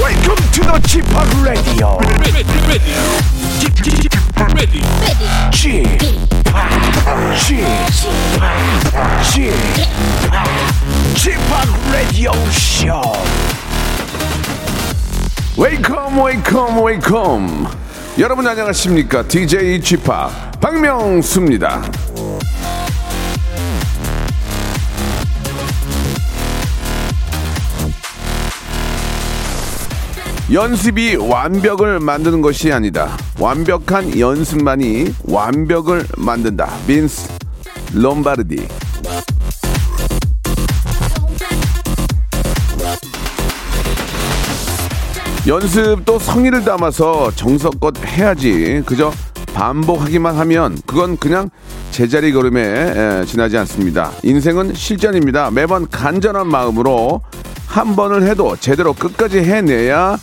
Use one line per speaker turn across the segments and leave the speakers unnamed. Welcome to the g p o p Radio.
ready, ready, ready, ready.
g p o p g p o p g p o p Radio Show.
웨이컴 웨이컴 웨이컴 여러분 안녕하십니까 DJ g p o p 박명수입니다 연습이 완벽을 만드는 것이 아니다 완벽한 연습만이 완벽을 만든다 민스 롬바르디 연습도 성의를 담아서 정성껏 해야지 그저 반복하기만 하면 그건 그냥 제자리 걸음에 에, 지나지 않습니다. 인생은 실전입니다. 매번 간절한 마음으로 한 번을 해도 제대로 끝까지 해내야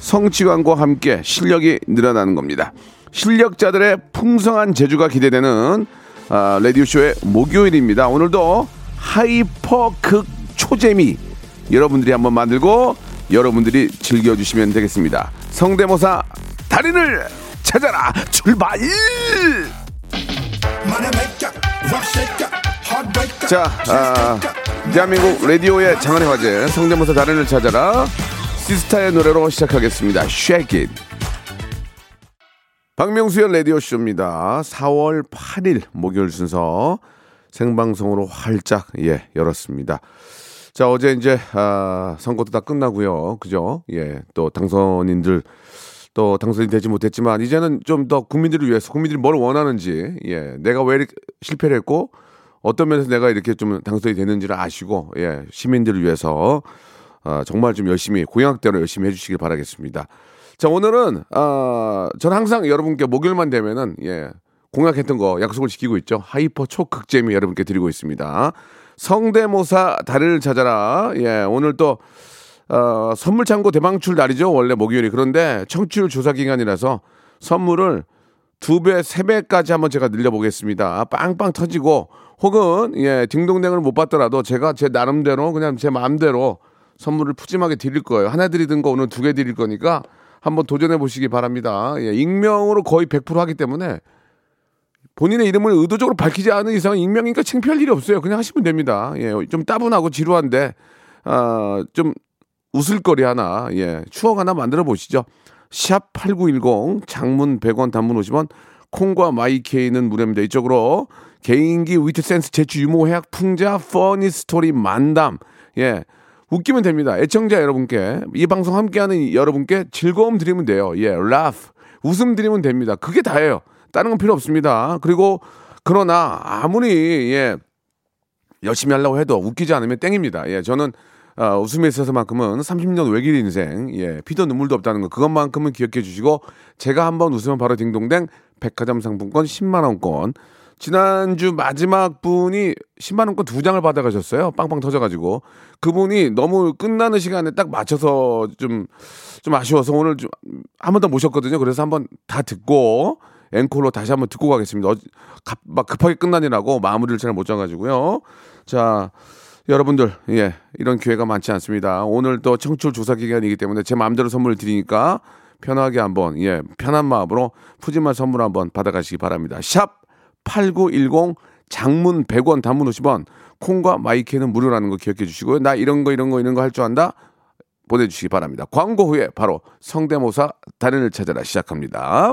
성취감과 함께 실력이 늘어나는 겁니다. 실력자들의 풍성한 재주가 기대되는 아, 라디오쇼의 목요일입니다. 오늘도 하이퍼 극 초재미 여러분들이 한번 만들고 여러분들이 즐겨주시면 되겠습니다. 성대모사 달인을 찾아라 출발! 자, 아, 대한민국 라디오의 장안의 화제 성대모사 달인을 찾아라 시스타의 노래로 시작하겠습니다. Shake It. 박명수의 라디오 쇼입니다. 4월 8일 목요일 순서 생방송으로 활짝 예 열었습니다. 자 어제 이제 아, 선거도 다 끝나고요, 그죠? 예, 또 당선인들 또 당선이 되지 못했지만 이제는 좀 더 국민들을 위해서 국민들이 뭘 원하는지, 예, 내가 왜 이렇게 실패를 했고 어떤 면에서 내가 이렇게 좀 당선이 되는지를 아시고, 예, 시민들을 위해서 아, 정말 좀 열심히 공약대로 열심히 해주시길 바라겠습니다. 자 오늘은 아, 저는 항상 여러분께 목요일만 되면은 예. 공약했던 거 약속을 지키고 있죠. 하이퍼 초극재미 여러분께 드리고 있습니다. 성대모사 달을 찾아라. 예, 오늘 또 어, 선물 창고 대방출 날이죠. 원래 목요일이. 그런데 청취율 조사 기간이라서 선물을 두 배, 세 배까지 한번 제가 늘려보겠습니다. 빵빵 터지고 혹은 예, 딩동댕을 못 받더라도 제가 제 나름대로 그냥 제 마음대로 선물을 푸짐하게 드릴 거예요. 하나 드리던 거 오늘 두 개 드릴 거니까 한번 도전해 보시기 바랍니다. 예, 익명으로 거의 100% 하기 때문에 본인의 이름을 의도적으로 밝히지 않은 이상 은 익명이니까 창피할 일이 없어요. 그냥 하시면 됩니다. 예, 좀 따분하고 지루한데 아, 좀 웃을거리 하나, 예, 추억 하나 만들어 보시죠. 샵 8910 장문 100원 단문 50원 콩과 마이케이는 무료입니다. 이쪽으로 개인기 위트 센스 재치 유머 해학 풍자 퍼니 스토리 만담 예 웃기면 됩니다. 애청자 여러분께 이 방송 함께하는 여러분께 즐거움 드리면 돼요. 예, laugh 웃음 드리면 됩니다. 그게 다예요. 다른 건 필요 없습니다. 그리고 그러나 아무리 예 열심히 하려고 해도 웃기지 않으면 땡입니다. 예, 저는 어, 웃음에 있어서만큼은 30년 외길 인생, 예, 피도 눈물도 없다는 것 그것만큼은 기억해 주시고 제가 한번 웃으면 바로 딩동댕 백화점 상품권 10만 원권 지난주 마지막 분이 10만 원권 두 장을 받아가셨어요. 빵빵 터져가지고 그분이 너무 끝나는 시간에 딱 맞춰서 좀 좀 아쉬워서 오늘 좀 한 번 더 모셨거든요. 그래서 한번 다 듣고 앵콜로 다시 한번 듣고 가겠습니다. 어, 갑, 막 급하게 끝나느라고 마무리를 잘 못 잡아가지고요. 자. 여러분들 예 이런 기회가 많지 않습니다. 오늘 또 청취율 조사 기간이기 때문에 제 마음대로 선물 드리니까 편하게 한번 예 편한 마음으로 푸짐한 선물 한번 받아가시기 바랍니다. 샵8910 장문 100원 단문 50원 콩과 마이크는 무료라는 거 기억해 주시고요. 나 이런 거 이런 거 이런 거 할 줄 안다 보내주시기 바랍니다. 광고 후에 바로 성대모사 달인을 찾아라 시작합니다.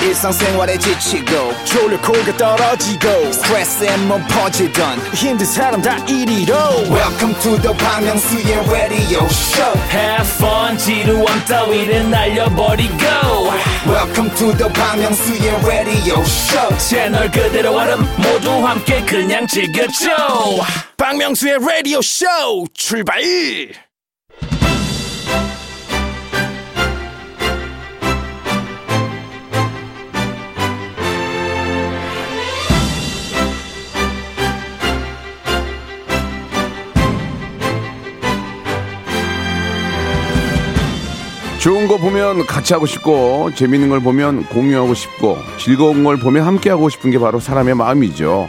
일상생활에 지치고, 졸려 코가 떨어지고, 스트레스에 몸 퍼지던, 힘든 사람 다 이리로. welcome to the Bang Myung-soo's radio show
Have fun 지루함 따위를 날려버리고
welcome to the Bang Myung-soo's radio show
채널 그대로 얼음 모두 함께 그냥 즐겨줘
박명수의 라디오 쇼 출발!
좋은 거 보면 같이 하고 싶고 재밌는 걸 보면 공유하고 싶고 즐거운 걸 보면 함께 하고 싶은 게 바로 사람의 마음이죠.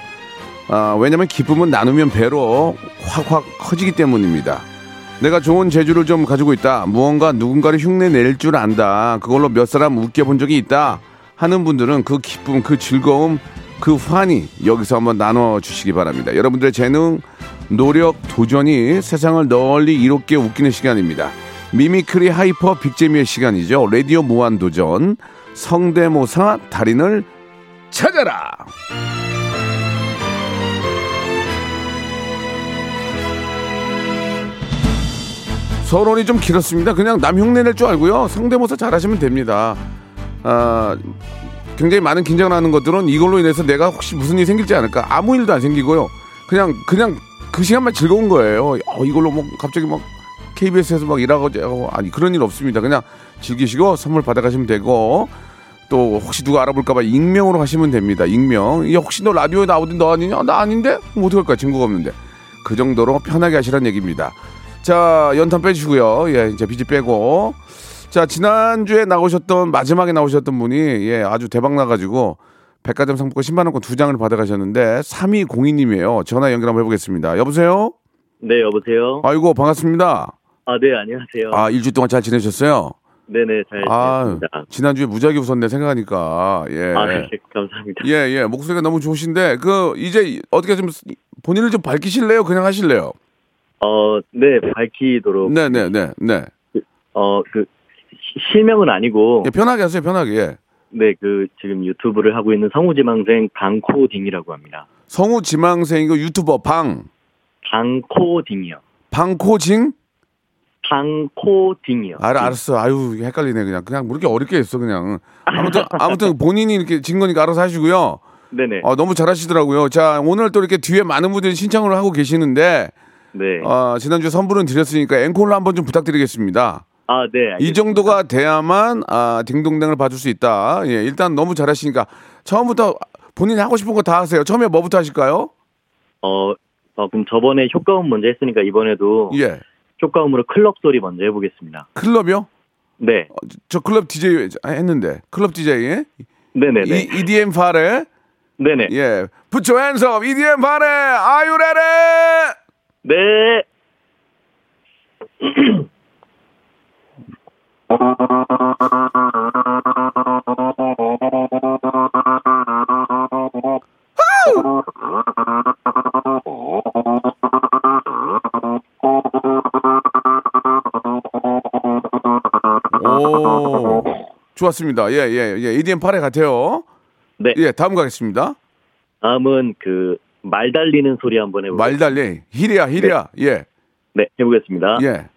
아, 왜냐면 기쁨은 나누면 배로 확확 커지기 때문입니다. 내가 좋은 재주를 좀 가지고 있다. 무언가 누군가를 흉내 낼 줄 안다. 그걸로 몇 사람 웃겨 본 적이 있다. 하는 분들은 그 기쁨, 그 즐거움, 그 환희 여기서 한번 나눠 주시기 바랍니다. 여러분들의 재능, 노력, 도전이 세상을 널리 이롭게 웃기는 시간입니다. 미미크리 하이퍼 빅재미의 시간이죠. 라디오 무한 도전 성대모사 달인을 찾아라. 서론이 좀 길었습니다. 그냥 남 흉내낼 줄 알고요. 성대모사 잘하시면 됩니다. 아, 굉장히 많은 긴장을 하는 것들은 이걸로 인해서 내가 혹시 무슨 일이 생길지 않을까 아무 일도 안 생기고요. 그냥 그냥 그 시간만 즐거운 거예요. 어, 이걸로 뭐 갑자기 막 KBS에서 막 일하고 저고 아니 그런 일 없습니다. 그냥 즐기시고 선물 받아가시면 되고 또 혹시 누가 알아볼까봐 익명으로 하시면 됩니다. 익명. 이 혹시 너 라디오에 나오든 너 아니냐? 나 아닌데? 그럼 어떡할 거야? 증거가 없는데. 그 정도로 편하게 하시라는 얘기입니다. 자, 연탄 빼주시고요. 예, 이제 비지 빼고. 자, 지난주에 나오셨던, 마지막에 나오셨던 분이, 예, 아주 대박 나가지고, 백화점 상품권 10만원권 두 장을 받아가셨는데, 3202님이에요. 전화 연결 한번 해보겠습니다. 여보세요?
네, 여보세요.
아이고, 반갑습니다.
아, 네, 안녕하세요.
아, 일주일 동안 잘 지내셨어요?
네네, 잘
아,
지냈습니다.
지난주에 무지하게 웃었네, 생각하니까. 예.
아, 네, 감사합니다.
예, 예. 목소리가 너무 좋으신데, 그, 이제 어떻게 좀, 본인을 좀 밝히실래요? 그냥 하실래요?
어, 네, 밝히도록.
네, 네, 네, 네.
어, 그, 시- 실명은 아니고,
예, 편하게 하세요, 편하게. 예.
네, 그, 지금 유튜브를 하고 있는 성우지망생 방코딩이라고 합니다.
성우 지망생이고 유튜버 방
방코딩이요.
방코징
방코딩이요.
알 알았어 아유 이게 헷갈리네 그냥 그냥 뭐 이렇게 어렵게 했어 그냥 아무튼 아무튼 본인이 이렇게 진 거니까 알아서 하시고요
네네.
아, 너무 잘하시더라고요 자 오늘 또 이렇게 뒤에 많은 분들이 신청을 하고 계시는데
네.
아, 지난주 에 선물은 드렸으니까 앵콜로 한번 좀 부탁드리겠습니다
아, 네.
이 정도가 돼야만 아 딩동댕을 봐줄 수 있다 예 일단 너무 잘하시니까 처음부터 본인이 하고 싶은 거 다 하세요 처음에 뭐부터 하실까요
어, 어, 그럼 저번에 효과음 먼저 했으니까 이번에도
예
효과음으로 클럽 소리 먼저 해보겠습니다.
클럽이요
네.
저 클럽 DJ 했는데 클럽 DJ 예?
네네네.
이, E EDM 파레
네네.
예 Put your hands up E EDM 파레 Are you ready?
네.
오 좋았습니다 예예예 E EDM 파레 같아요
네.
예 다음 가겠습니다
다음은 그 말 달리는 소리 한번 해보겠습니다.
말달리 히리야 히리야 예예
네, 해보겠습니다.
예.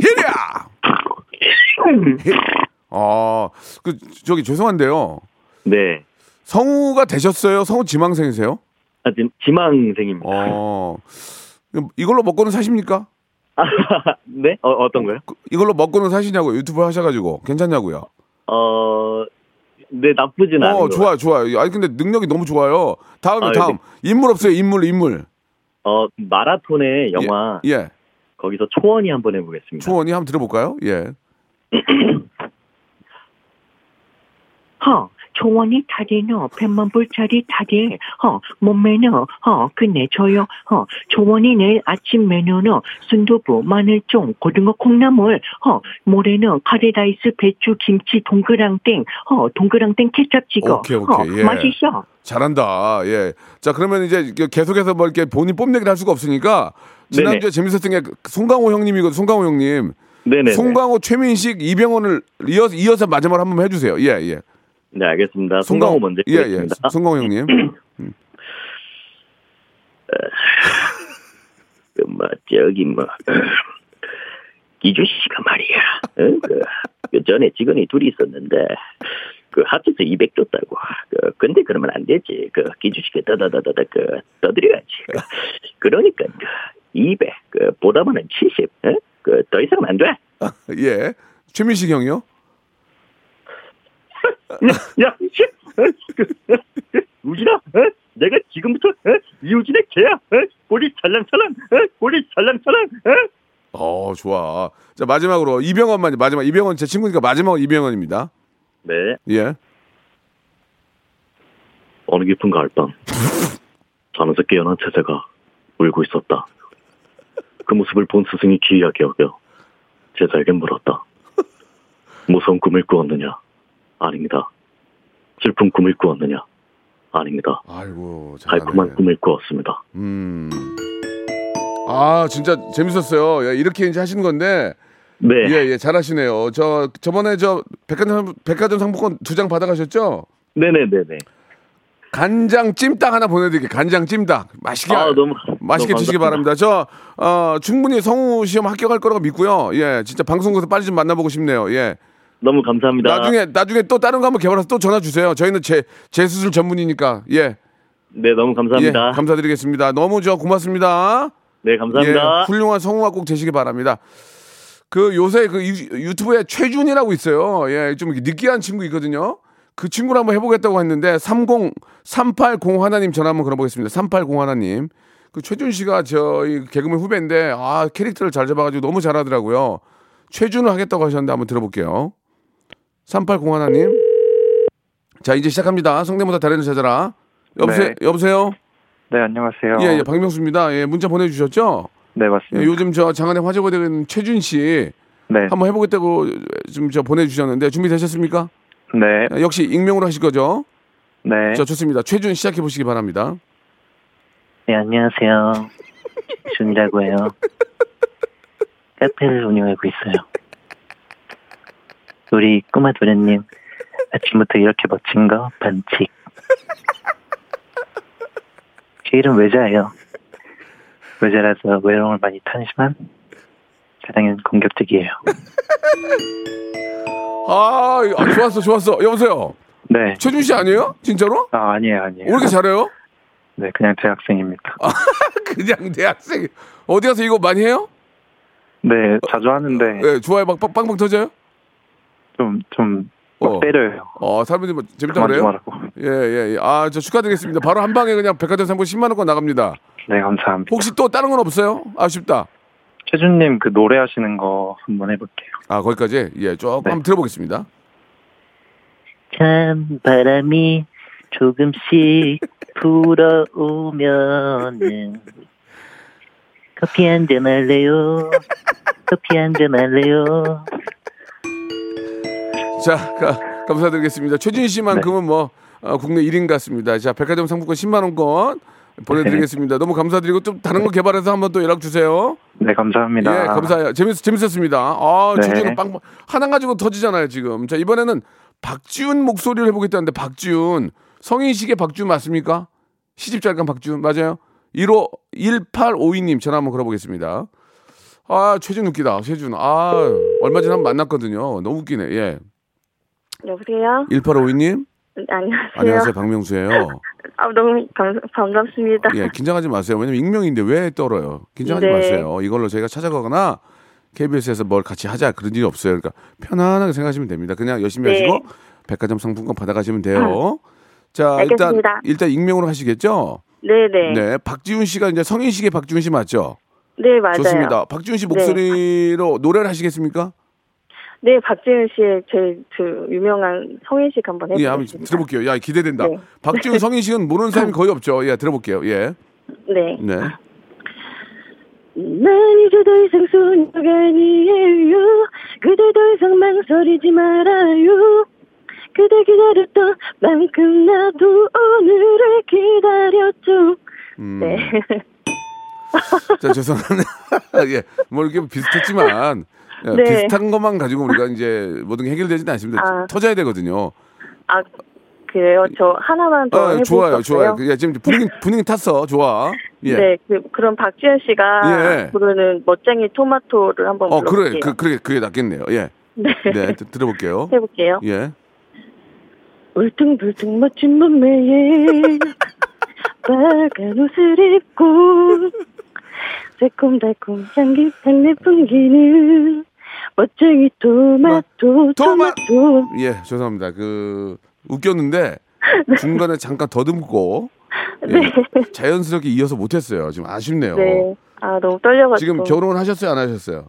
히리야 아그 저기 죄송한데요
네.
성우가 되셨어요 성우 지망생이세요?
아, 지금 지망생입니다.
어 이걸로 먹고는 사십니까?
네? 어, 어떤 거요?
그- 이걸로 먹고는 사시냐고 유튜브 하셔가지고 괜찮냐고요?
어, 네, 나쁘진 않은
어
거.
좋아 좋아. 아니 근데 능력이 너무 좋아요. 다음이
아,
다음 인물 없어요 인물 인물.
어, 마라톤의 영화,
예, 예.
거기서 초원이 한번 해보겠습니다.
초원이 한번 들어볼까요? 예.
허,
초원이 다리노 팬만불짜리 다리 허 어, 몸매노 허 끝내줘요 허 초원이 내일 아침 메뉴노 순두부 마늘쫑 고등어 콩나물 허 모레는 카레라이스 배추 김치 동그랑땡 허 동그랑땡 케첩 찍어
오케이, 오케이,
허
예.
맛있어
잘한다. 예. 자, 그러면 이제 이게 계속해서 뭐 이렇게 본인 뽐내기를 할 수가 없으니까 지난주에
네네.
재밌었던 게그 송강호 형님이거든요. 송강호 형님.
네네.
송강호, 최민식, 이병헌을 이어서, 이어서 마지막으로 한번 해주세요. 예, 예.
네, 알겠습니다. 송강호 먼저
예, 예.
드리겠습니다.
송강호 형님.
그, 뭐, 저기, 뭐, 기주 씨가 말이야. 어? 그, 그 전에 직원이 둘이 있었는데, 그 합쳐서 200 줬다고. 그, 근데 그러면 안 되지. 그 기주 씨가 떠다다다다, 그, 떠드려야지. 그, 러니까 그, 200, 그, 보다만은 70, 어? 그, 더 이상은 안 돼.
예. 최민식 형이요?
야, 어? 이 씨! 우진아, 어? 내가 지금부터 어? 이우진의 개야. 어? 꼬리 찰랑찰랑, 어? 꼬리 찰랑찰랑. 어?
어, 좋아. 자, 마지막으로 이병헌만 마지막 이병헌 제 친구니까 마지막 이병헌입니다.
네,
예.
어느 깊은 가을밤 잠에서 깨어난 제자가 울고 있었다. 그 모습을 본 스승이 기이하게 여겨 제자에게 물었다. 무서운 꿈을 꾸었느냐? 아닙니다. 슬픈 꿈을 꾸었느냐? 아닙니다.
아이고, 네.
달콤한 꿈을 꾸었습니다.
음. 아, 진짜 재밌었어요. 예, 이렇게 이제 하시는 건데
네,
예, 예, 잘하시네요. 저 저번에 저 백화점 상- 백화점 상품권 두 장 받아 가셨죠?
네네네네.
간장 찜닭 하나 보내 드릴게요. 간장 찜닭. 맛있게
아, 너무
맛있게
너무
드시기
감사합니다.
바랍니다. 저 어, 충분히 성우 시험 합격할 거라고 믿고요. 예, 진짜 방송국에서 빨리 좀 만나보고 싶네요. 예,
너무 감사합니다.
나중에 나중에 또 다른 거 한번 개발해서 또 전화 주세요. 저희는 제 재수술 전문이니까 예,
네, 너무 감사합니다.
예, 감사드리겠습니다. 너무 저 고맙습니다.
네, 감사합니다.
예, 훌륭한 성우가 꼭 되시기 바랍니다. 그 요새 그 유- 유튜브에 최준이라고 있어요. 예, 좀 느끼한 친구 있거든요. 그 친구를 한번 해보겠다고 했는데 30 380 하나님 전화 한번 걸어보겠습니다. 380 하나님. 그 최준 씨가 저희 개그맨 후배인데 아 캐릭터를 잘 잡아가지고 너무 잘하더라고요. 최준을 하겠다고 하셨는데 한번 들어볼게요. 380 하나님. 자 이제 시작합니다. 성대모사 달인을 찾아라. 여보세요.
네.
여보세요.
네, 안녕하세요.
예, 예, 박명수입니다. 예, 문자 보내주셨죠?
네, 맞습니다.
예, 요즘 저 장안의 화제가 되는 최준 씨
네.
한번 해보겠다고 지금 저 보내주셨는데 준비되셨습니까?
네.
아, 역시 익명으로 하실 거죠?
네.
자 좋습니다. 최준 시작해 보시기 바랍니다.
네, 안녕하세요. 준이라고 해요. 카페를 운영하고 있어요. 우리 꼬마 도련님, 아침부터 이렇게 멋진 거 반칙. 제 이름 외자예요. 외자라서 외로움을 많이 타지만 사랑은 공격적이에요.
아, 아, 좋았어, 좋았어. 여보세요.
네.
최준 씨 아니에요? 진짜로?
아, 아니에요,
왜
아니에요.
이렇게 아. 잘해요?
네, 그냥 대학생입니다.
그냥 대학생. 어디 가서 이거 많이 해요?
네, 자주 하는데
예, 좋아요. 막 빵- 빵빵 터져요?
좀 좀
어.
막 때려요.
어, 사람들이 뭐 재밌다
그만 좀
그래요?
하라고.
예, 예, 예. 아, 저 축하드리겠습니다. 바로 한 방에 그냥 백화점 상품 10만 원권 나갑니다.
네, 감사합니다.
혹시 또 다른 건 없어요? 아쉽다.
최준님 그 노래 하시는 거 한번 해볼게요.
아, 거기까지? 예, 조금
네.
한번 들어보겠습니다.
참 바람이 조금씩 불어오면은 커피 한 잔 할래요. 커피 한 잔 할래요.
자, 가- 감사드리겠습니다. 최진 씨만큼은 뭐 어, 국내 1인 같습니다. 자, 백화점 상품권 10만 원권 보내드리겠습니다. 너무 감사드리고 또 다른 거 개발해서 한번 또 연락 주세요.
네, 감사합니다.
예, 감사해요. 재밌 재밌었습니다. 아,
네.
주제는 빵빵 하나 가지고 터지잖아요 지금. 자, 이번에는 박지훈 목소리를 해보겠다는데 박지훈 성인식의 박지훈 맞습니까? 시집잘간 박지훈 맞아요? 1호 1852님 전화 한번 걸어보겠습니다. 아, 최준 웃기다. 최준. 아, 얼마 전에 한번 만났거든요. 너무 웃기네. 예.
여보세요 네,
1852님.
안녕하세요
안녕하세요, 박명수예요.
아 너무 감, 반갑습니다
예, 긴장하지 마세요. 왜냐면 익명인데 왜 떨어요? 긴장하지
네.
마세요. 이걸로 저희가 찾아가거나 KBS에서 뭘 같이 하자 그런 일이 없어요. 그러니까 편안하게 생각하시면 됩니다. 그냥
네.
열심히
음.
하시고 백화점 상품권 받아가시면 돼요. 자, 일단
알겠습니다.
일단 익명으로 하시겠죠?
네네 네,
박지훈 씨가 이제 성인식의 박지훈 씨 맞죠?
네,
맞아요
좋습니다. 박지훈 씨 목소리로 노래를 하시겠습니까?
네, 박지윤 씨의 제일 그 유명한 성인식 한번
예,
해보겠습니다.
한번 들어볼게요. 야, 기대된다.
네.
박지훈 성인식은 모르는 사람이 거의 없죠. 예, 들어볼게요. 예.
네.
네.
난 이제 더 이상 소녀가 아니에요 그대 더 이상 망설이지 말아요 그대 기다렸던 만큼 나도 오늘을 기다렸죠 네
자, 죄송합니다. 예. 뭐 이렇게 비슷했지만 예,
네.
비슷한 것만 가지고 우리가 이제 모든 게 해결되지는 않습니다.
아.
터져야 되거든요.
아, 그래요? 저 하나만 더
아,
네, 해볼까요?
좋아요, 좋아요. 예, 지금 분위기 분위기 탔어. 좋아. 예.
네, 그, 그럼 박지현 씨가
예.
부르는 멋쟁이 토마토를 한번
어, 그래,
불러볼게요.
그, 그래, 그게 낫겠네요. 예.
네.
네, 드- 들어볼게요.
해볼게요.
예.
울퉁불퉁 멋진 몸매에 빨간 옷을 입고 새콤달콤 향기찬 내 풍기는 멋쟁이 토마토 토마토
아, 네.
예, 죄송합니다. 그 웃겼는데 중간에 잠깐 더듬고 예, 자연스럽게 이어서 못했어요. 지금 아쉽네요.
네. 아, 너무 떨려가지고.
지금 결혼을 하셨어요, 안 하셨어요?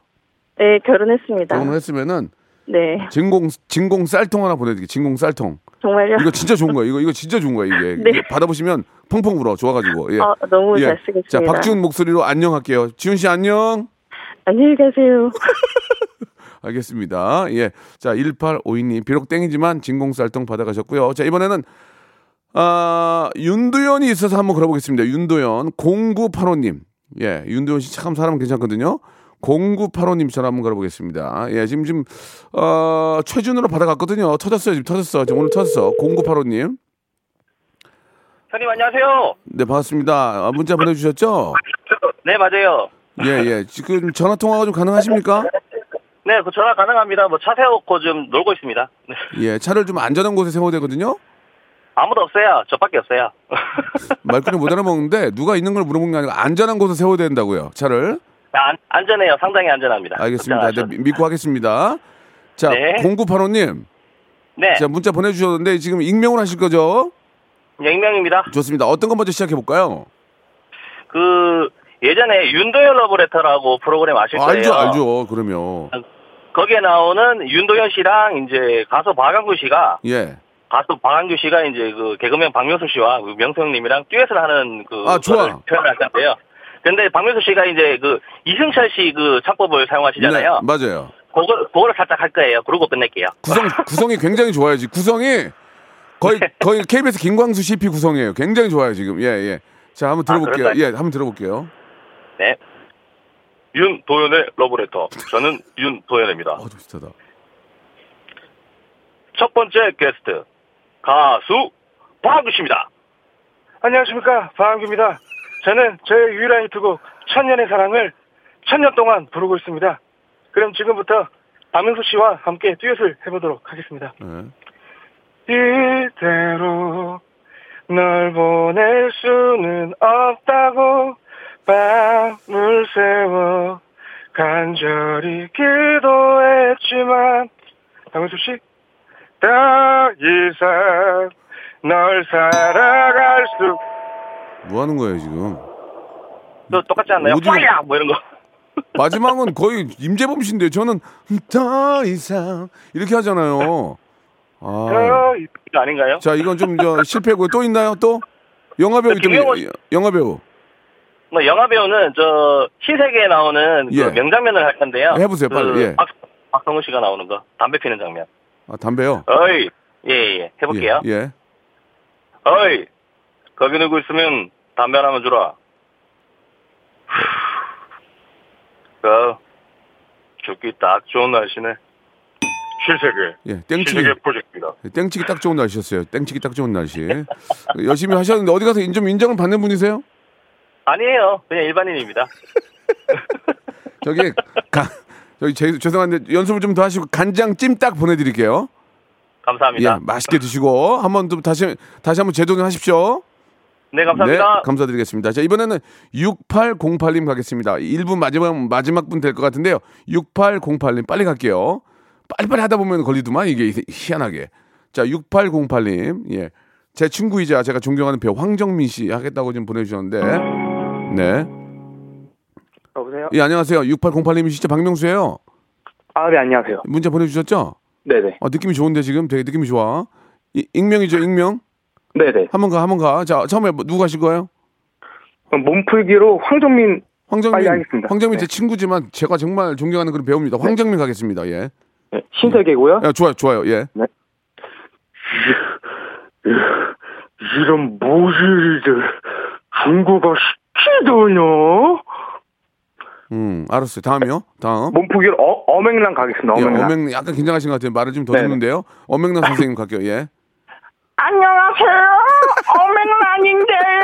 네, 결혼했습니다.
결혼을 했으면은
네.
진공 진공 쌀통 하나 보내드릴게요. 진공 쌀통.
정말요?
이거 진짜 좋은 거야. 이거 이거 진짜 좋은 거야. 이게
네.
이거 받아보시면 펑펑 울어. 좋아가지고. 예.
아, 너무
예.
잘 쓰겠습니다.
자, 박지훈 목소리로 안녕할게요. 지훈 씨 안녕.
안녕히 가세요.
알겠습니다. 예. 자, 1852님. 비록 땡이지만 진공쌀통 받아가셨고요. 자, 이번에는, 아, 윤도현이 있어서 한번 걸어보겠습니다. 윤도현. 0985님. 예. 윤도현 씨 참 사람 괜찮거든요. 0985님처럼 한번 걸어보겠습니다. 예. 지금, 지금, 어, 최준으로 받아갔거든요. 터졌어요. 지금 터졌어. 지금 오늘 터졌어. 0985님.
형님 안녕하세요.
네, 반갑습니다. 아, 문자 보내주셨죠?
네 맞아요.
예, 예. 지금 전화통화가 좀 가능하십니까?
네, 그 전화 가능합니다. 뭐 차 세웠고 좀 놀고 있습니다. 네.
예. 차를 좀 안전한 곳에 세워야 되거든요.
아무도 없어요. 저밖에 없어요.
말귀를 못 알아먹는데 누가 있는 걸 물어본 게 아니고 안전한 곳에 세워야 된다고요. 차를.
아, 안, 안전해요. 상당히 안전합니다.
알겠습니다.
걱정
네,
안 하셔도-
미- 믿고 하겠습니다. 자,
아, 그렇죠. 네.
0985님.
네.
자, 문자 보내주셨는데 지금 익명을 하실 거죠?
익명입니다.
좋습니다. 어떤 것 먼저 시작해 볼까요?
그 예전에 윤도현 러브레터라고 프로그램 아실 거예요.
알죠, 알죠. 그러면.
거기에 나오는 윤도현 씨랑 이제 가수 박완규 씨가
예.
가수 박완규 씨가 이제 그 개그맨 박명수 씨와 그 명수 형님이랑 듀엣을 하는 그
아, 좋아.
거를 표현할 건데요. 근데 박명수 씨가 이제 그 이승철 씨 그 창법을
네,
사용하시잖아요.
맞아요.
그거, 그거를 살짝 할 거예요. 그러고 끝낼게요.
구성 구성이 굉장히 좋아요. 지금 구성이 거의
네.
거의 KBS 김광수 CP 구성이에요. 굉장히 좋아요, 지금. 예, 예. 자, 한번 들어볼게요.
아, 그럴까요?
예, 한번 들어볼게요.
네. 윤도현의 러브레터. 저는 윤도현입니다.
비슷하다.
첫 번째 게스트, 가수 박규씨입니다. 안녕하십니까. 박규입니다. 저는 저의 유일한 히트곡 천년의 사랑을 천년 동안 부르고 있습니다. 그럼 지금부터 박명수 씨와 함께 듀엣을 해보도록 하겠습니다.
예.
이대로 널 보낼 수는 없다고 밤을 새워 간절히 기도했지만 강은수 씨, 더 이상 널 사랑할 수
뭐 하는 거예요, 지금?
너 똑같지 않나요?
오디오-
파이야! 뭐 이런 거.
마지막은 거의 임재범 씨인데 저는 더 이상 이렇게 하잖아요. 아.
어, 이거 아닌가요?
자, 이건 좀 저 실패고요. 또 있나요? 또 영화 배우 있던 예,
김영호-
영화 배우
뭐 영화 배우는 저 신세계에 나오는 그
예.
명장면을 할 건데요.
해보세요,
그
빨리, 예.
박, 박성우 씨가 나오는 거 담배 피는 장면.
아, 담배요.
어이 예예 해볼게요.
예. 예.
어이 거기 누구 있으면 담배 하나만 주라. 그 죽기 딱 좋은 날씨네. 신세계.
예, 땡치기.
신세계 프로젝트입니다.
땡치기 딱 좋은 날씨였어요. 땡치기 딱 좋은 날씨. 열심히 하셨는데 어디 가서 인- 좀 인정을 받는 분이세요?
아니에요. 그냥 일반인입니다.
저기 가, 저기 제, 죄송한데 연습을 좀 더 하시고 간장 찜 딱 보내 드릴게요.
감사합니다.
예, 맛있게 드시고 한번 좀 다시 다시 한번 재도전하십시오.
네 감사합니다.
네, 감사드리겠습니다. 자, 이번에는 6808님 가겠습니다. 1분 마지막, 마지막 분 될 것 같은데요. 6808님, 빨리 갈게요. 빨리빨리 하다 보면 걸리더만, 이게 희- 희한하게. 자, 6808님, 예. 제 친구이자 제가 존경하는 배우 황정민 씨 하겠다고 지금 보내주셨는데, 네.
여보세요?
예, 안녕하세요. 6808님이 진짜 박명수예요
아, 네, 안녕하세요.
문자 보내주셨죠?
네네.
아, 느낌이 좋은데 지금 되게 느낌이 좋아. 이- 익명이죠, 익명?
네네.
한번 가, 한번 가. 자, 처음에 뭐- 누구 하실 거예요?
몸풀기로 황정민.
황정민.
빨리 하겠습니다.
황정민 제
네.
친구지만 제가 정말 존경하는 그런 배우입니다. 황정민 가겠습니다. 예.
네, 신세계고요. 네.
예, 좋아요, 좋아요. 예.
이런 모질이들 중국어 시키더냐?
음, 알았어요. 다음이요. 다음.
몸풀기로 어, 어맹랑 가겠습니다.
예,
어맹랑.
어맹 약간 긴장하신 것 같아요. 말을 좀 더 듣는데요. 어맹란 선생님 갈게요. 예.
안녕하세요. 어맹랑인데요.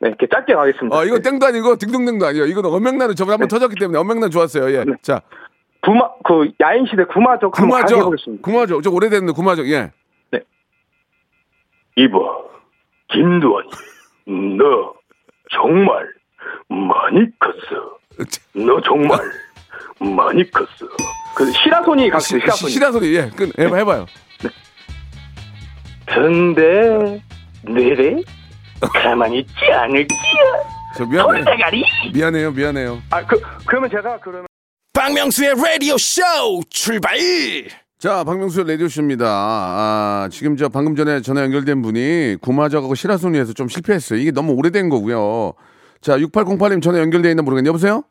네, 이렇게 짧게 가겠습니다. 네.
어, 이거 땡도 아니고 딩동댕도 아니에요. 이건 어맹란은 저번에 한번 터졌기 때문에 어맹란 좋았어요. 예. 자,
구마 그 야인 시대 구마족 한번
구마죠.
가보겠습니다.
구마죠. 좀 오래됐는데 구마죠. 예.
이봐, 김두환이, 너 정말 많이 컸어. 너 정말 많이 컸어.
그 시라소니 가겠습니다.
시- 시라소니 예. 끝. 해봐 해봐요.
근데 내래 가만히 있지 않을지.
저 미안해요.
홀대가리.
미안해요. 미안해요.
아, 그 그러면 제가 그러면
박명수의 라디오 쇼 출발!
자, 박명수의 라디오쇼입니다. 아, 지금 저 방금 전에 전화 연결된 분이 구마적하고 시라소니에서 좀 실패했어요. 이게 너무 오래된 거고요. 자, 6808님 전화 연결돼 있나 모르겠는데 여보세요?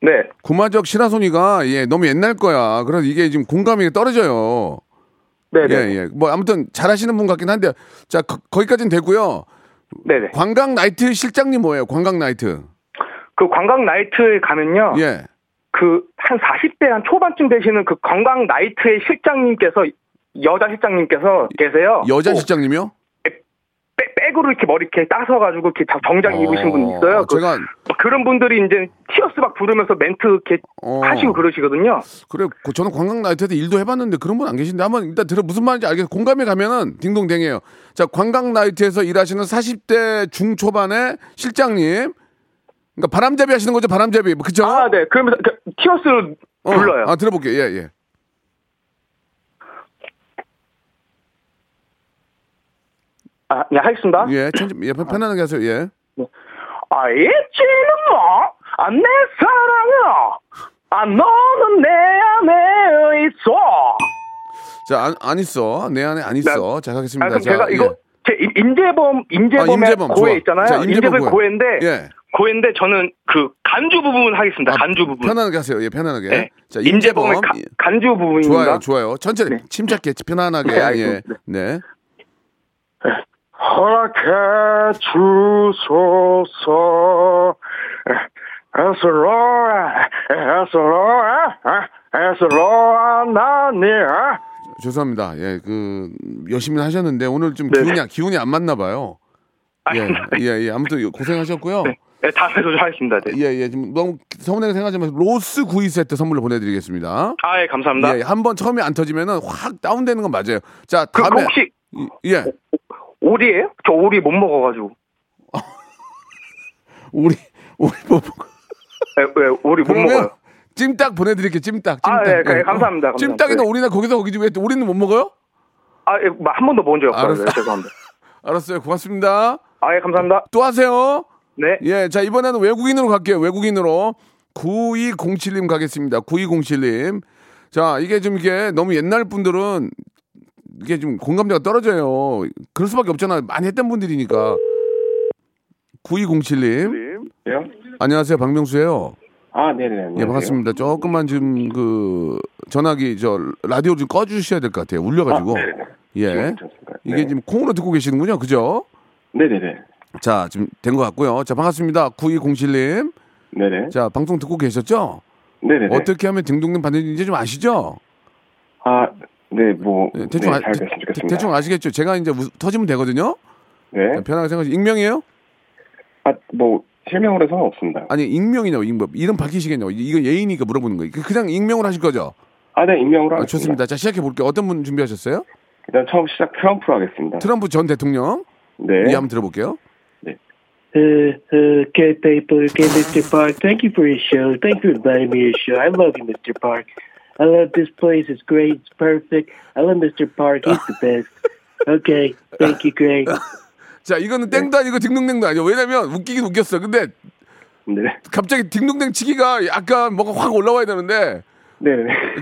네.
구마적 시라소니가 예, 너무 옛날 거야. 그래서 이게 지금 공감이 떨어져요.
네, 네.
예, 예. 뭐 아무튼 잘하시는 분 같긴 한데 자, 거, 거기까지는 되고요.
네, 네.
관광 나이트 실장님 뭐예요? 관광 나이트.
그 관광 나이트에 가면요.
예.
그 한 40대 한 초반쯤 되시는 그 관광 나이트의 실장님께서 여자 실장님께서 계세요.
여자
또
실장님이요?
백- 백으로 이렇게 머리 이렇게 따서 가지고 이렇게 다 정장 입으신 분 있어요.
어,
그,
제가-
그런 분들이 이제 티어스 막 부르면서 멘트 이렇게 하시고 그러시거든요.
어. 그래, 그- 저는 관광 나이트에서 일도 해봤는데 그런 분 안 계신데 한번 일단 들어 무슨 말인지 알겠어. 공감이 가면은 딩동댕이에요. 자, 관광 나이트에서 일하시는 40대 중초반의 실장님. 그러니까 바람잡이 하시는 거죠, 바람잡이. 그죠? 아,
네. 그러면서 티어스를
불러요. 아, 들어볼게요. 예, 예.
아, 예, 하겠습니다.
예, 천천, 예, 편- 편안하게 하세요. 예.
아, 있지는 뭐, 아, 내 사랑아. 아, 너는 내 안에 있어.
자, 안, 안 있어. 내 안에 안 있어. 자,
아,
가겠습니다.
그럼
자,
제가
예.
이거 제 임- 임재범 임재범의
아, 임재범, 좋아.
고해 있잖아요.
자, 임재범
임재범
고해.
고해인데
예.
고해인데 저는 그 간주 부분 하겠습니다. 간주 부분.
아, 편안하게 하세요. 예, 편안하게.
네.
자,
임재범의
임재범. 예.
가- 간주 부분입니다.
좋아요, 좋아요. 천천히, 침착해, 편안하게.
네,
예.
알겠습니다.
네.
허락해 주소서 에스로아 에스로아 에스로아 나니아
죄송합니다. 예, 그 열심히 하셨는데 오늘 좀 기운이 기운이 안 맞나 봐요. 예, 예, 예. 아무튼 고생하셨고요.
아, 네, 다음에 도전하겠습니다. 네.
예, 예. 지금 너무 서운하게 생각하지 마시고 로스 구이 세트 선물로 보내드리겠습니다.
아, 예, 감사합니다.
예, 한번 처음에 안 터지면은 확 다운되는 건 맞아요. 자,
그, 그
다음에
혹시-
이- 예,
오리예요? 저 오리 못 먹어가지고.
우리 우리 뭐 먹-
예, 예, 오리 못
그러면
먹어요.
찜닭 보내드릴게요. 찜닭, 찜닭.
아, 예, 예, 감사합니다, 감사합니다.
찜닭이나
네.
우리나 거기서 거기지 왜 우리는 못 먹어요?
아, 예, 한 번도 먹은 적 없어요.
알았어요.
네, 죄송합니다.
알았어요. 고맙습니다.
아, 예, 감사합니다.
또 하세요.
네.
예, 자, 이번에는 외국인으로 갈게요. 외국인으로. 9207님 가겠습니다. 9207님. 자, 이게 좀 이게 너무 옛날 분들은 이게 좀 공감대가 떨어져요. 그럴 수밖에 없잖아요. 많이 했던 분들이니까. 9207님.
네.
요
안녕하세요. 박명수예요.
아, 네네.
예,
안녕하세요.
반갑습니다. 조금만 지금 그 전화기 저 라디오 좀 꺼주셔야 될 것 같아요. 울려가지고.
아, 네네.
예. 이게 지금 콩으로 듣고 계시는군요. 그죠?
네네네.
자, 지금 된 것 같고요. 자, 반갑습니다. 9207님.
네네.
자, 방송 듣고 계셨죠?
네네네.
어떻게 하면 딩동댕 받는지 좀 아시죠?
아, 네, 뭐.
대충,
네,
아,
잘
대-
됐으면 좋겠습니다.
대충 아시겠죠? 제가 이제 웃- 터지면 되거든요?
네.
자, 편하게 생각하시 익명이에요?
아, 뭐, 실명으로 상관없습니다.
아니, 익명이냐고, 익명. 이름 밝히시겠냐고. 이- 이거 예의니까 물어보는 거예요. 그- 그냥 익명으로 하실 거죠?
아, 네, 익명으로
아, 좋습니다. 자, 시작해 볼게요. 어떤 분 준비하셨어요?
일단 처음 시작 트럼프로 하겠습니다.
트럼프 전 대통령.
네.
예, 한번 들어볼게요.
Uh, uh, okay, people. Okay, Mr. Park. Thank you for your show. Thank you for inviting me to your show. I love you, Mr. Park. I love this place. It's great. It's perfect. I love Mr. Park. He's the best. Okay. Thank you. Great.
자, 이거는 땡도 아니고 딩동댕도 아니에요. 왜냐면 웃기긴 웃겼어. 근데 갑자기 딩동댕 치기가 약간 뭔가 확 올라와야 되는데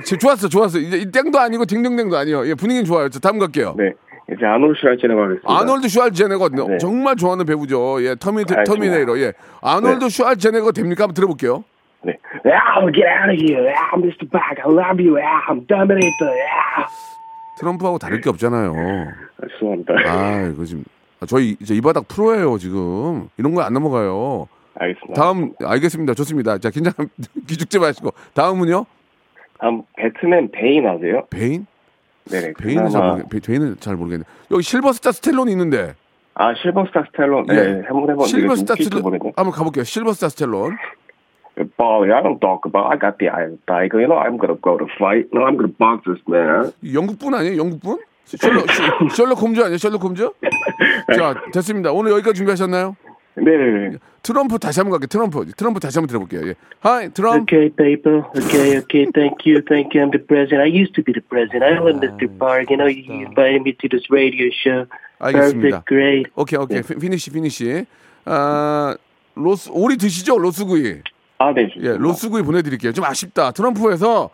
지- 좋았어, 좋았어. 이제 이 땡도 아니고 딩동댕도 아니요. 예, 분위기는 좋아요. 저 다음 갈게요.
네. 이제 아놀드 슈왈제네거 하겠습니다.
아놀드 슈왈제네거 정말 좋아하는 배우죠. 예, 터미네이터,
아,
터미네이터. 예. 아놀드
네.
슈왈제네거 됩니까? 한번 들어볼게요.
네.
Yeah, get out of here. Yeah, Mr. Park. I love you. Yeah, I'm Dominator. Yeah.
트럼프하고 다를 게 없잖아요.
죄송합니다.
아, 이거 지금 아, 저희 이제 이 바닥 프로예요 지금 이런 거 안 넘어가요.
알겠습니다.
다음 알겠습니다. 좋습니다. 자 긴장 기죽지 마시고 다음은요.
다음 배트맨 베인 아세요?
베인?
네네.
베인은 잘 모르겠, 베- 베인은 잘 모르겠네. 여기 실버스타 스텔론이 있는데.
아 실버스타 스텔론.
예.
네. 한번 해봤는데
실버스타
이게 좀 웃길지
스텔론
모르겠네.
한번 가볼게요. 실버스타 스텔론.
Bobby, I don't talk about. I got the eye of the tiger. You know, I'm gonna go to fight. No, I'm gonna box this man.
영국분 아니에요? 영국분? 셜록 셜- 셜록 홈즈 아니에요? 셜록 홈즈? 자 됐습니다. 오늘 여기까지 준비하셨나요?
네네네.
트럼프 다시 한번 갈게요. 트럼프 트럼프 다시 한번 들어볼게요. 예. Hi, Trump.
Okay, paper. Okay, okay. Thank you. Thank you. I'm the president. I used to be the president. I love Mr. Park. You know, you invited me to this radio show.
알겠습니다.
Perfect. Great.
오케이 오케이
예.
피- 피니시 피니시. 아 로스 오리 드시죠 로스구이.
아 네.
예 로스구이 보내드릴게요. 좀 아쉽다. 트럼프에서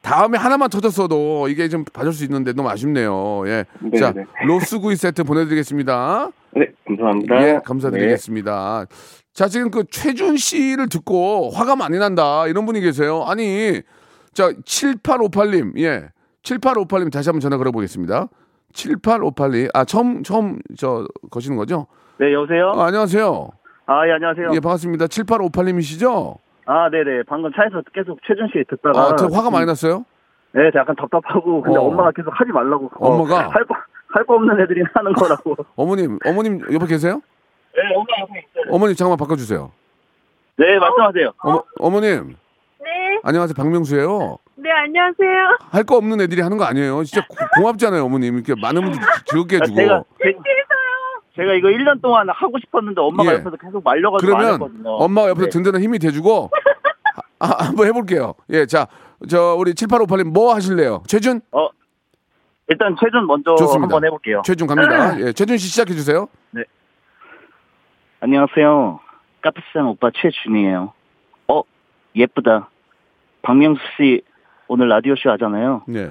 다음에 하나만 터졌어도 이게 좀 받을 수 있는데 너무 아쉽네요. 예.
네,
자
네.
로스구이 세트 보내드리겠습니다.
네, 감사합니다.
예 감사드리겠습니다. 자 지금 그 최준 씨를 듣고 화가 많이 난다 이런 분이 계세요. 아니 자 7858님 예 7858님 다시 한번 전화 걸어보겠습니다. 7858님 아 처음 처음 저 거시는 거죠?
네, 여보세요?
아, 안녕하세요.
아, 예, 안녕하세요.
예, 반갑습니다. 7858님이시죠?
아, 네네. 방금 차에서 계속 최준 씨 듣다가.
아, 저 화가 많이 났어요?
네, 약간 답답하고. 근데
어.
엄마가 계속 하지 말라고. 어,
엄마가?
할 거, 할 거 없는 애들이 하는 거라고.
어머님, 어머님 옆에 계세요?
네, 엄마 옆에 있어요.
어머님 잠깐만 바꿔주세요.
네, 말씀하세요.
어머, 어머님,
네,
안녕하세요. 박명수예요.
네, 안녕하세요.
할 거 없는 애들이 하는 거 아니에요. 진짜 고- 고맙잖아요, 어머님. 이렇게 많은 분들 즐겁게
아,
해주고.
제가, 제, 제가 이거 1년 동안 하고 싶었는데 엄마가
예.
옆에서 계속 말려가지고 안
그러면
했거든요.
엄마가 옆에서
네.
든든한 힘이 돼주고 아, 아, 한번 해볼게요. 예, 자, 저 우리 7858님 뭐 하실래요? 최준?
어, 일단 최준 먼저
좋습니다.
한번 해볼게요.
최준 갑니다. 예, 최준 씨 시작해 주세요.
안녕하세요. 카페상 오빠 최준이에요. 어, 예쁘다. 박명수 씨 오늘 라디오쇼 하잖아요.
네.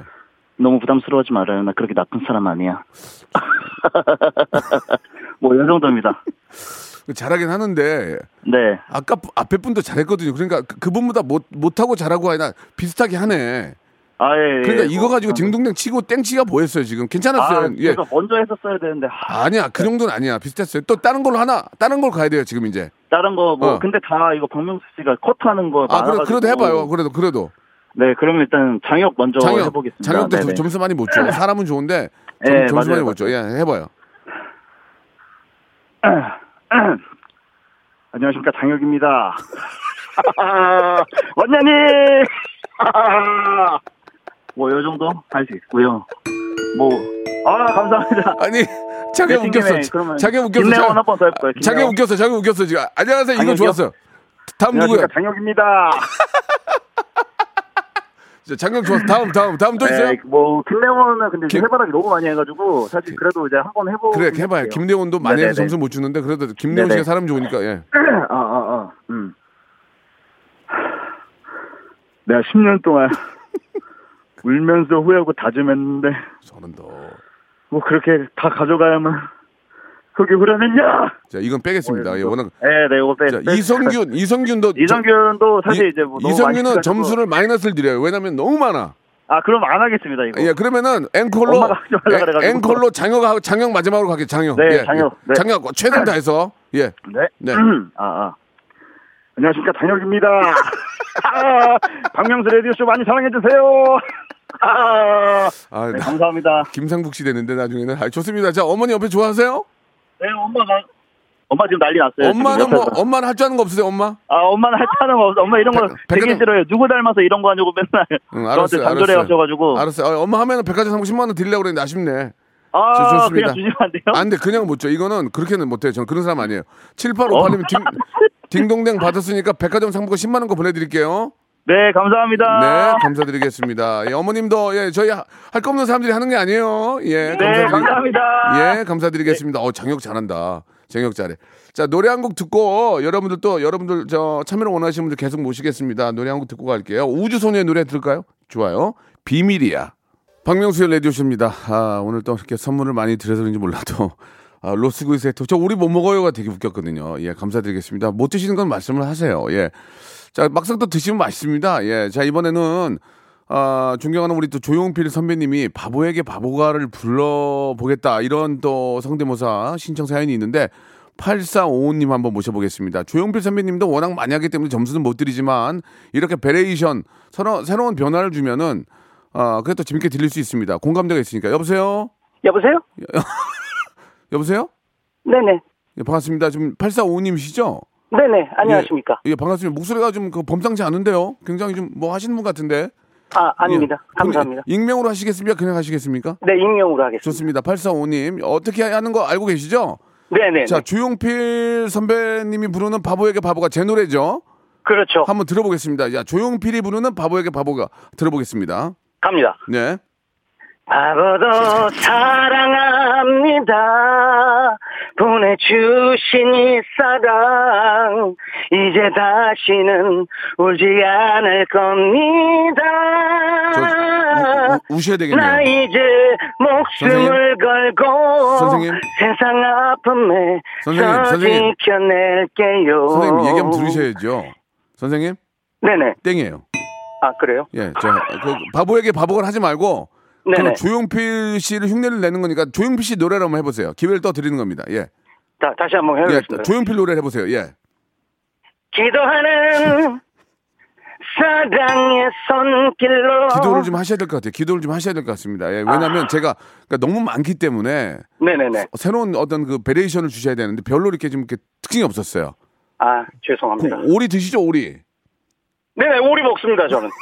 너무 부담스러워하지 말아요. 나 그렇게 나쁜 사람 아니야. 뭐, 이런 정도입니다.
잘하긴 하는데
네.
아까 부- 앞에 분도 잘했거든요. 그러니까 그- 그분보다 못 못하고 잘하고 하나 비슷하게 하네.
아, 예, 예.
그러니까 이거
뭐,
가지고 딩동댕 치고 땡치가 보였어요 지금. 괜찮았어요.
아,
예.
그래서 먼저 했었어야 되는데. 하,
아니야 그 정도는 아니야 비슷했어요. 또 다른 걸로 하나 다른 걸 가야 돼요 지금 이제.
다른 거, 뭐,
어.
근데 다 이거 박명수 씨가 컷하는 거.
아 그래,
많아가지고.
그래도 해봐요. 그래도 그래도.
네, 그러면 일단 장혁 먼저 해보겠습니다.
장혁도
네네.
점수 많이 못 줘. 사람은 좋은데 점,
예,
수
맞아요,
많이 못 줘. 예 해봐요.
안녕하십니까 장혁입니다. 원장님. 뭐 요 정도 할
네.
수 있고요. 뭐 아 감사합니다.
아니 자기가
네,
웃겼어.
김에 그러면
자기가 웃겼어.
김래원
자기가-
한번 더 해볼까요? 김래원.
자기가 웃겼어. 자기가 웃겼어 지금. 안녕하세요. 이거
장혁이요?
좋았어요. 다음 누구야?
안녕하십니까 장혁입니다.
장경 좋았어. 다음 다음 다음 또 있어요?
네, 뭐 김래원은 근데
김-
해바라기 너무 많이 해가지고 사실 그래도 이제 한번 해보.
그래 해봐요. 김대원도 많이 해서 점수 못 주는데 그래도 김대원
네네.
씨가 사람 좋으니까 예.
아, 아, 아. 음. 내가 10년 동안 울면서 후회하고 다짐했는데.
저는다.
뭐 그렇게 다 가져가야만 그게 후련했냐?
자 이건 빼겠습니다. 예, 워낙
네, 네, 이거 빼.
자,
빼-
이성균 이성균도 점-
이성균도 사실 이제 뭐 너무 많이
이성균은
해가지고-
점수를 마이너스를 드려요. 왜냐면 너무 많아.
아 그럼 안 하겠습니다 이거.
예, 그러면은 앵콜로 예,
엄마가 하지 말라 그래가지고.
앵- 앵콜로 장혁 장혁 마지막으로 가게 장혁.
네,
예,
장혁.
예.
네.
장혁 최선 다해서 예.
네.
네.
아, 아. 안녕하십니까 장혁입니다. 아, 박명수 라디오 쇼 많이 사랑해 주세요. 아,
아,
네, 감사합니다.
김상국 씨 되는데 나중에는 아, 좋습니다. 자 어머니 옆에 좋아하세요?
네, 엄마가 엄마 지금 난리 났어요.
엄마는
지금
뭐
옆에서.
엄마는 할 줄 아는 거 없으세요? 엄마?
아, 엄마는 할 하는 거 없어. 엄마 이런 거
백-
되게
백화점-
싫어요. 누구 닮아서 이런 거 하냐고 맨날
응,
저한테
알았어요.
단절해
알았어요.
가셔가지고.
알았어요. 아, 엄마 하면은 백화점 상품 10만 원 드리려고 그랬는데 아쉽네.
아,
저- 좋습니다. 아,
그냥 주시면 안 돼요?
안 돼. 그냥 못 줘. 이거는 그렇게는 못 해요. 저는 그런 사람 아니에요.
어?
7858님 딩, 동댕 받았으니까 백화점 상품권 10만 원거 보내드릴게요.
네, 감사합니다.
네, 감사드리겠습니다. 예, 어머님도 예, 저희 할 거 없는 사람들이 하는 게 아니에요. 예,
네,
감사드리-
감사합니다.
예, 감사드리겠습니다. 어, 장혁 잘한다. 장혁 잘해. 자, 노래 한 곡 듣고 여러분들 또 여러분들 저 참여를 원하시는 분들 계속 모시겠습니다. 노래 한 곡 듣고 갈게요. 우주소녀의 노래 들을까요? 좋아요. 비밀이야. 박명수의 라디오쇼입니다. 아, 오늘 또 이렇게 선물을 많이 드려서 그런지 몰라도 아, 로스구이 세트. 저 우리 못 먹어요가 되게 웃겼거든요. 예, 감사드리겠습니다. 못 드시는 건 말씀을 하세요. 예. 자, 막상 또 드시면 맛있습니다. 예. 자, 이번에는 아, 존경하는 우리 또 조용필 선배님이 바보에게 바보가를 불러보겠다. 이런 또 성대모사 신청 사연이 있는데 8455님 한번 모셔보겠습니다. 조용필 선배님도 워낙 많이 하기 때문에 점수는 못 드리지만 이렇게 베레이션, 새로, 새로운 변화를 주면은 아, 그래도 재밌게 들릴 수 있습니다. 공감대가 있으니까. 여보세요?
여보세요?
여보세요?
네네.
예, 반갑습니다. 지금 8455님이시죠?
네네. 안녕하십니까.
예, 예, 반갑습니다. 목소리가 좀 그 범상치 않은데요? 굉장히 좀 뭐 하시는 분 같은데.
아, 아닙니다.
예. 그럼
감사합니다.
이- 익명으로 하시겠습니까? 그냥 하시겠습니까?
네, 익명으로 하겠습니다.
좋습니다. 8455님. 어떻게 하는 거 알고 계시죠?
네네.
자, 조용필 선배님이 부르는 바보에게 바보가 제 노래죠?
그렇죠.
한번 들어보겠습니다. 야, 조용필이 부르는 바보에게 바보가 들어보겠습니다.
갑니다.
네.
바보도 사랑합니다. 보내주신 이 사랑. 이제 다시는 울지 않을 겁니다.
우- 우셔야
나
되겠네요.
이제 목숨을 걸고
선생님.
세상 아픔에
선생님,
서
선생님.
지켜낼게요.
선생님, 얘기 한번 들으셔야죠. 선생님?
네네.
땡이에요.
아 그래요?
예, 저, 그 바보에게 바보를 하지 말고
네네.
그럼 조용필 씨를 흉내를 내는 거니까 조용필 씨 노래를 한번 해보세요. 기회를 떠 드리는 겁니다. 예.
다, 다시 한번
예,
해보겠습니다.
조용필 노래를 해보세요. 예.
기도하는 사랑의 손길로
기도를 좀 하셔야 될 것 같아요. 기도를 좀 하셔야 될 것 같습니다. 예, 왜냐하면
아.
제가 그러니까 너무 많기 때문에
네네네.
새- 새로운 어떤 그 베레이션을 주셔야 되는데 별로 이렇게 좀 이렇게 특징이 없었어요. 어,
아 죄송합니다.
오리 드시죠 오리.
네네 오리 먹습니다 저는.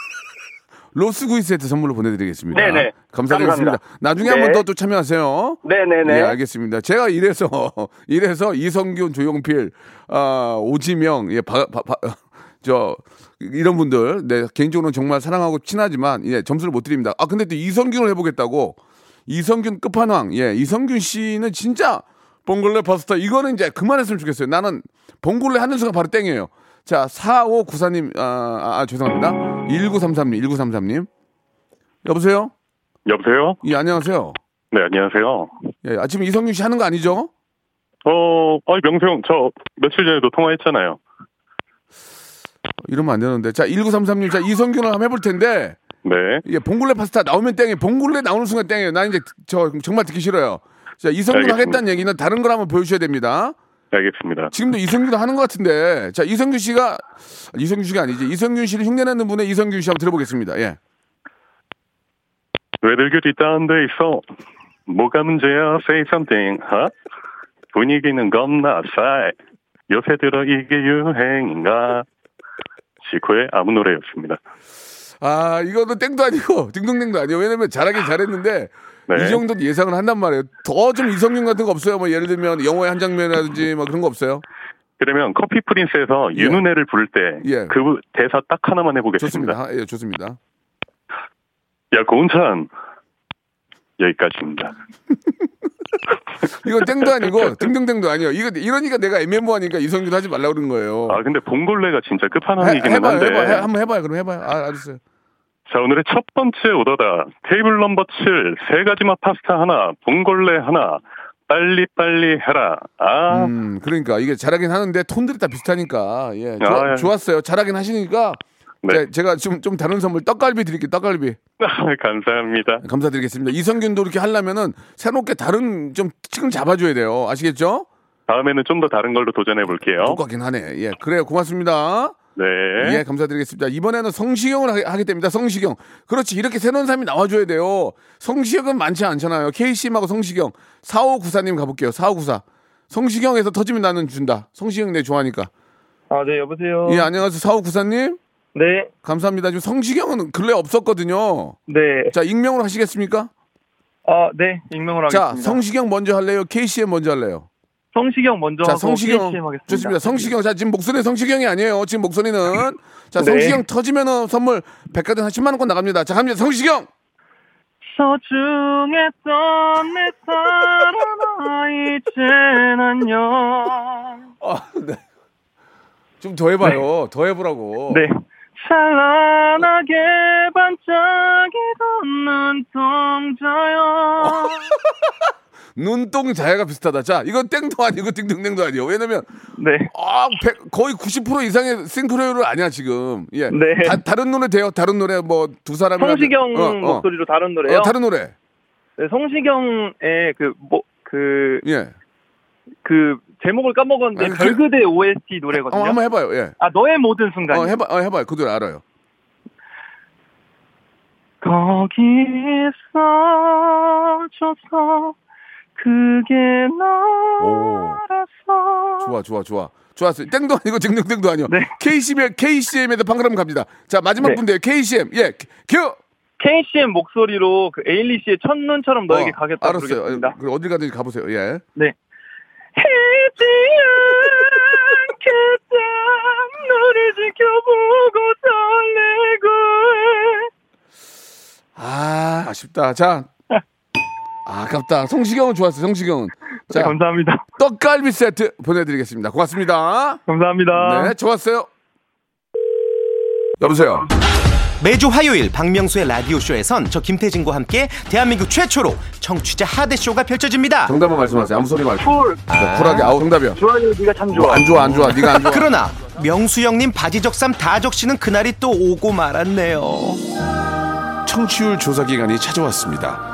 로스구이 세트 선물로 보내드리겠습니다.
네네.
감사드리겠습니다.
감사합니다.
나중에
네.
한번 더 또 참여하세요.
네네네.
예, 알겠습니다. 제가 이래서 이래서 이성균, 조용필, 아, 오지명, 예, 바, 바, 바- 저 이런 분들, 네 개인적으로는 정말 사랑하고 친하지만 예 점수를 못 드립니다. 아 근데 또 이성균을 해보겠다고 이성균 끝판왕, 예, 이성균 씨는 진짜 봉골레 파스타 이거는 이제 그만했으면 좋겠어요. 나는 봉골레 하는 순간 바로 땡이에요. 자, 4594님, 아, 아, 아, 죄송합니다. 1933님, 1933님. 여보세요?
여보세요?
예, 안녕하세요.
네, 안녕하세요.
예, 아침 이성균 씨 하는 거 아니죠?
어, 아니, 명수 형, 저 며칠 전에도 통화했잖아요.
이러면 안 되는데. 자, 1933님, 자, 이성균을 한번 해볼 텐데.
네.
예, 봉골레 파스타 나오면 땡이에요. 봉골레 나오는 순간 땡이에요. 나 이제 저 정말 듣기 싫어요. 자, 이성균
알겠습니다.
하겠다는 얘기는 다른 걸 한번 보여주셔야 됩니다.
알겠습니다.
지금도 이성균 하는 것 같은데. 자, 이성균 씨가, 이성균 씨가 아니지. 이성균 씨를 흉내내는 분의 이성균 씨 한번 들어보겠습니다. 예.
왜들 그리 다운돼 있어? 뭐가 문제야? Say something, 하? 분위기는 겁나 싸해. 요새 들어 이게 유행인가? 지코의 아무 노래였습니다.
아, 이거는 땡도 아니고, 딩동댕도 아니에요. 왜냐면 잘하긴 잘했는데,
네.
이 정도는 예상을 한단 말이에요. 더 좀 이성균 같은 거 없어요? 뭐 예를 들면 영화의 한 장면이라든지 뭐 그런 거 없어요?
그러면 커피 프린스에서
예.
어, 윤은혜를 부를 때,
예.
그 대사 딱 하나만 해보겠습니다.
아, 예, 좋습니다.
야, 고은찬! 여기까지입니다.
이건 땡도 아니고, 딩동댕도 아니에요. 이거, 이러니까 내가 애매모하니까 이성균 하지 말라 그러는 거예요.
아, 근데 봉골레가 진짜
해,
그 끝판왕이기는 네.
해봐요, 예,
한데.
해봐요. 해- 한번 해봐요, 그럼 해봐요. 아, 알았어요.
자, 오늘의 첫 번째 오더다. 테이블 넘버 7. 세 가지 맛 파스타 하나, 봉골레 하나. 빨리 빨리 해라. 아,
음, 그러니까 이게 잘하긴 하는데 톤들이 다 비슷하니까, 예. 좋
아, 예. 네.
좋았어요. 잘하긴 하시니까. 제- 제가 좀, 좀 다른 선물, 떡갈비 드릴게요, 떡갈비.
감사합니다.
감사드리겠습니다. 이성균도 이렇게 하려면은 새롭게 다른 좀 특징을 잡아줘야 돼요. 아시겠죠?
다음에는 좀 더 다른 걸로 도전해 볼게요.
똑같긴 하네. 예, 그래요. 고맙습니다.
네.
예, 감사드리겠습니다. 이번에는 성시경을 하게, 하게 됩니다. 성시경. 그렇지. 이렇게 새로운 사람이 나와줘야 돼요. 성시경은 많지 않잖아요. KCM하고 성시경. 4594님 가볼게요. 4594. 성시경에서 터지면 나는 준다. 성시경 내 좋아하니까.
아, 네, 여보세요.
예, 안녕하세요. 4594님.
네.
감사합니다. 지금 성시경은 근래 없었거든요.
네.
자, 익명으로 하시겠습니까?
아, 네, 익명으로
자,
하겠습니다.
성시경 먼저 할래요? KCM 먼저 할래요?
성시경 먼저
자,
하고
성시경.
PHM 하겠습니다.
좋습니다. 성시경. 자, 지금 목소리는 성시경이 아니에요. 지금 목소리는. 자,
네.
성시경 터지면은 선물 백화점 한 10만원권 나갑니다. 자, 갑니다. 성시경!
소중했던 내 사랑아 이젠 안녕
아, 네. 좀 더 해봐요. 더 해보라고.
네. 찬란하게 반짝이던 눈동자여
눈동자야가 비슷하다. 자, 이건 땡도 아니고 띵동댕도 아니에요. 왜냐면 네. 아, 100 거의 90% 이상의 싱크로율 아니야 지금. 예.
네.
다, 른 노래 돼요. 다른 노래 뭐 두 사람이
성시경 목소리로 다른 노래요?
어, 다른 노래.
네, 성시경의 그 뭐, 그,
예.
그, 제목을 까먹었는데,
아니, 그-
별그대 OST 노래거든요.
어, 한번 해봐요. 예.
아, 너의 모든 순간.
어, 해봐, 어, 해봐요. 그 노래 알아요.
거기서 줘서 그게 나라서
좋아, 좋아, 좋아. 좋았어요. 땡도 아니고 징동댕도 아니요. KCM, KCM에서 방금 갑니다. 자, 마지막
네.
분들 KCM. 예, 큐.
KCM 목소리로 그 에일리 씨의 첫눈처럼 너에게 가겠다
알았어요.
부르겠습니다.
어, 그럼 어딜 가든지 가보세요. 예.
네. 해지 않겠다 너를 지켜보고 설레고
아, 아쉽다. 자. 아깝다. 성시경은 좋았어요. 성시경은. 자,
감사합니다.
떡갈비 세트 보내드리겠습니다. 고맙습니다.
아.
감사합니다.
네, 좋았어요. 여보세요.
매주 화요일 박명수의 라디오 쇼에선 저 김태진과 함께 대한민국 최초로 청취자 하대 쇼가 펼쳐집니다.
정답만 말씀하세요. 아무 소리 말고.
쿨.
네, 쿨하게. 아우, 정답이야.
좋아요. 네가 참
좋아. 안 좋아, 안 좋아. 네가 안 좋아.
그러나 명수 형님 바지 적삼 다 적시는 그날이 또 오고 말았네요.
청취율 조사 기간이 찾아왔습니다.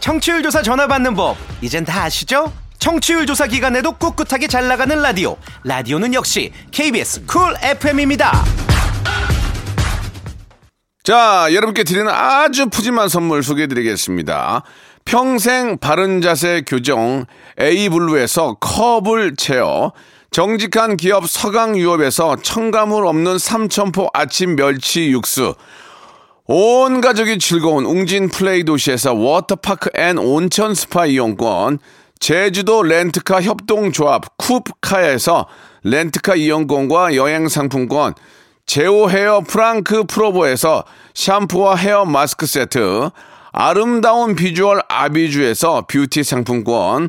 청취율 조사 전화 받는 법 이젠 다 아시죠? 청취율 조사 기간에도 꿋꿋하게 잘 나가는 라디오 라디오는 역시 KBS 쿨 FM입니다.
자, 여러분께 드리는 아주 푸짐한 선물 소개해 드리겠습니다. 평생 바른 자세 교정 에이블루에서 컵을 채워 정직한 기업 서강유업에서 첨가물 없는 삼천포 아침 멸치 육수 온 가족이 즐거운 웅진 플레이 도시에서 워터파크 앤 온천 스파 이용권, 제주도 렌트카 협동조합 쿱카에서 렌트카 이용권과 여행 상품권, 제오 헤어 프랑크 프로보에서 샴푸와 헤어 마스크 세트, 아름다운 비주얼 아비주에서 뷰티 상품권,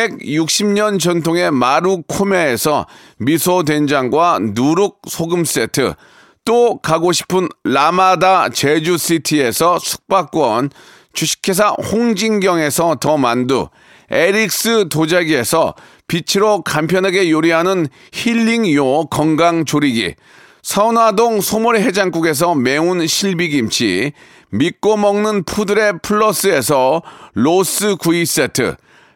160년 전통의 마루코메에서 미소 된장과 누룩 소금 세트, 또 가고 싶은 라마다 제주시티에서 숙박권, 주식회사 홍진경에서 더 만두, 에릭스 도자기에서 빛으로 간편하게 요리하는 힐링요 건강조리기, 선화동 소머리 해장국에서 매운 실비김치, 믿고 먹는 푸드의 플러스에서 로스 구이 세트,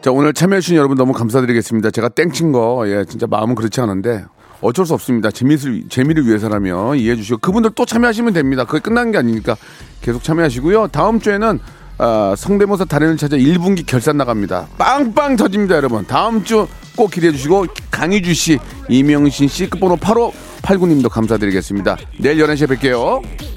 자, 오늘 참여해주신 여러분 너무 감사드리겠습니다. 제가 땡친 거, 예, 진짜 마음은 그렇지 않은데 어쩔 수 없습니다. 재미를, 재미를 위해서라면 이해해주시고 그분들 또 참여하시면 됩니다. 그게 끝난 게 아니니까 계속 참여하시고요. 다음 주에는 아, 성대모사 달인을 찾아 1분기 결산 나갑니다. 빵빵 터집니다, 여러분. 다음 주 꼭 기대해주시고 강희주 씨, 이명신 씨, 끝번호 8589님도 감사드리겠습니다. 내일 11시에 뵐게요.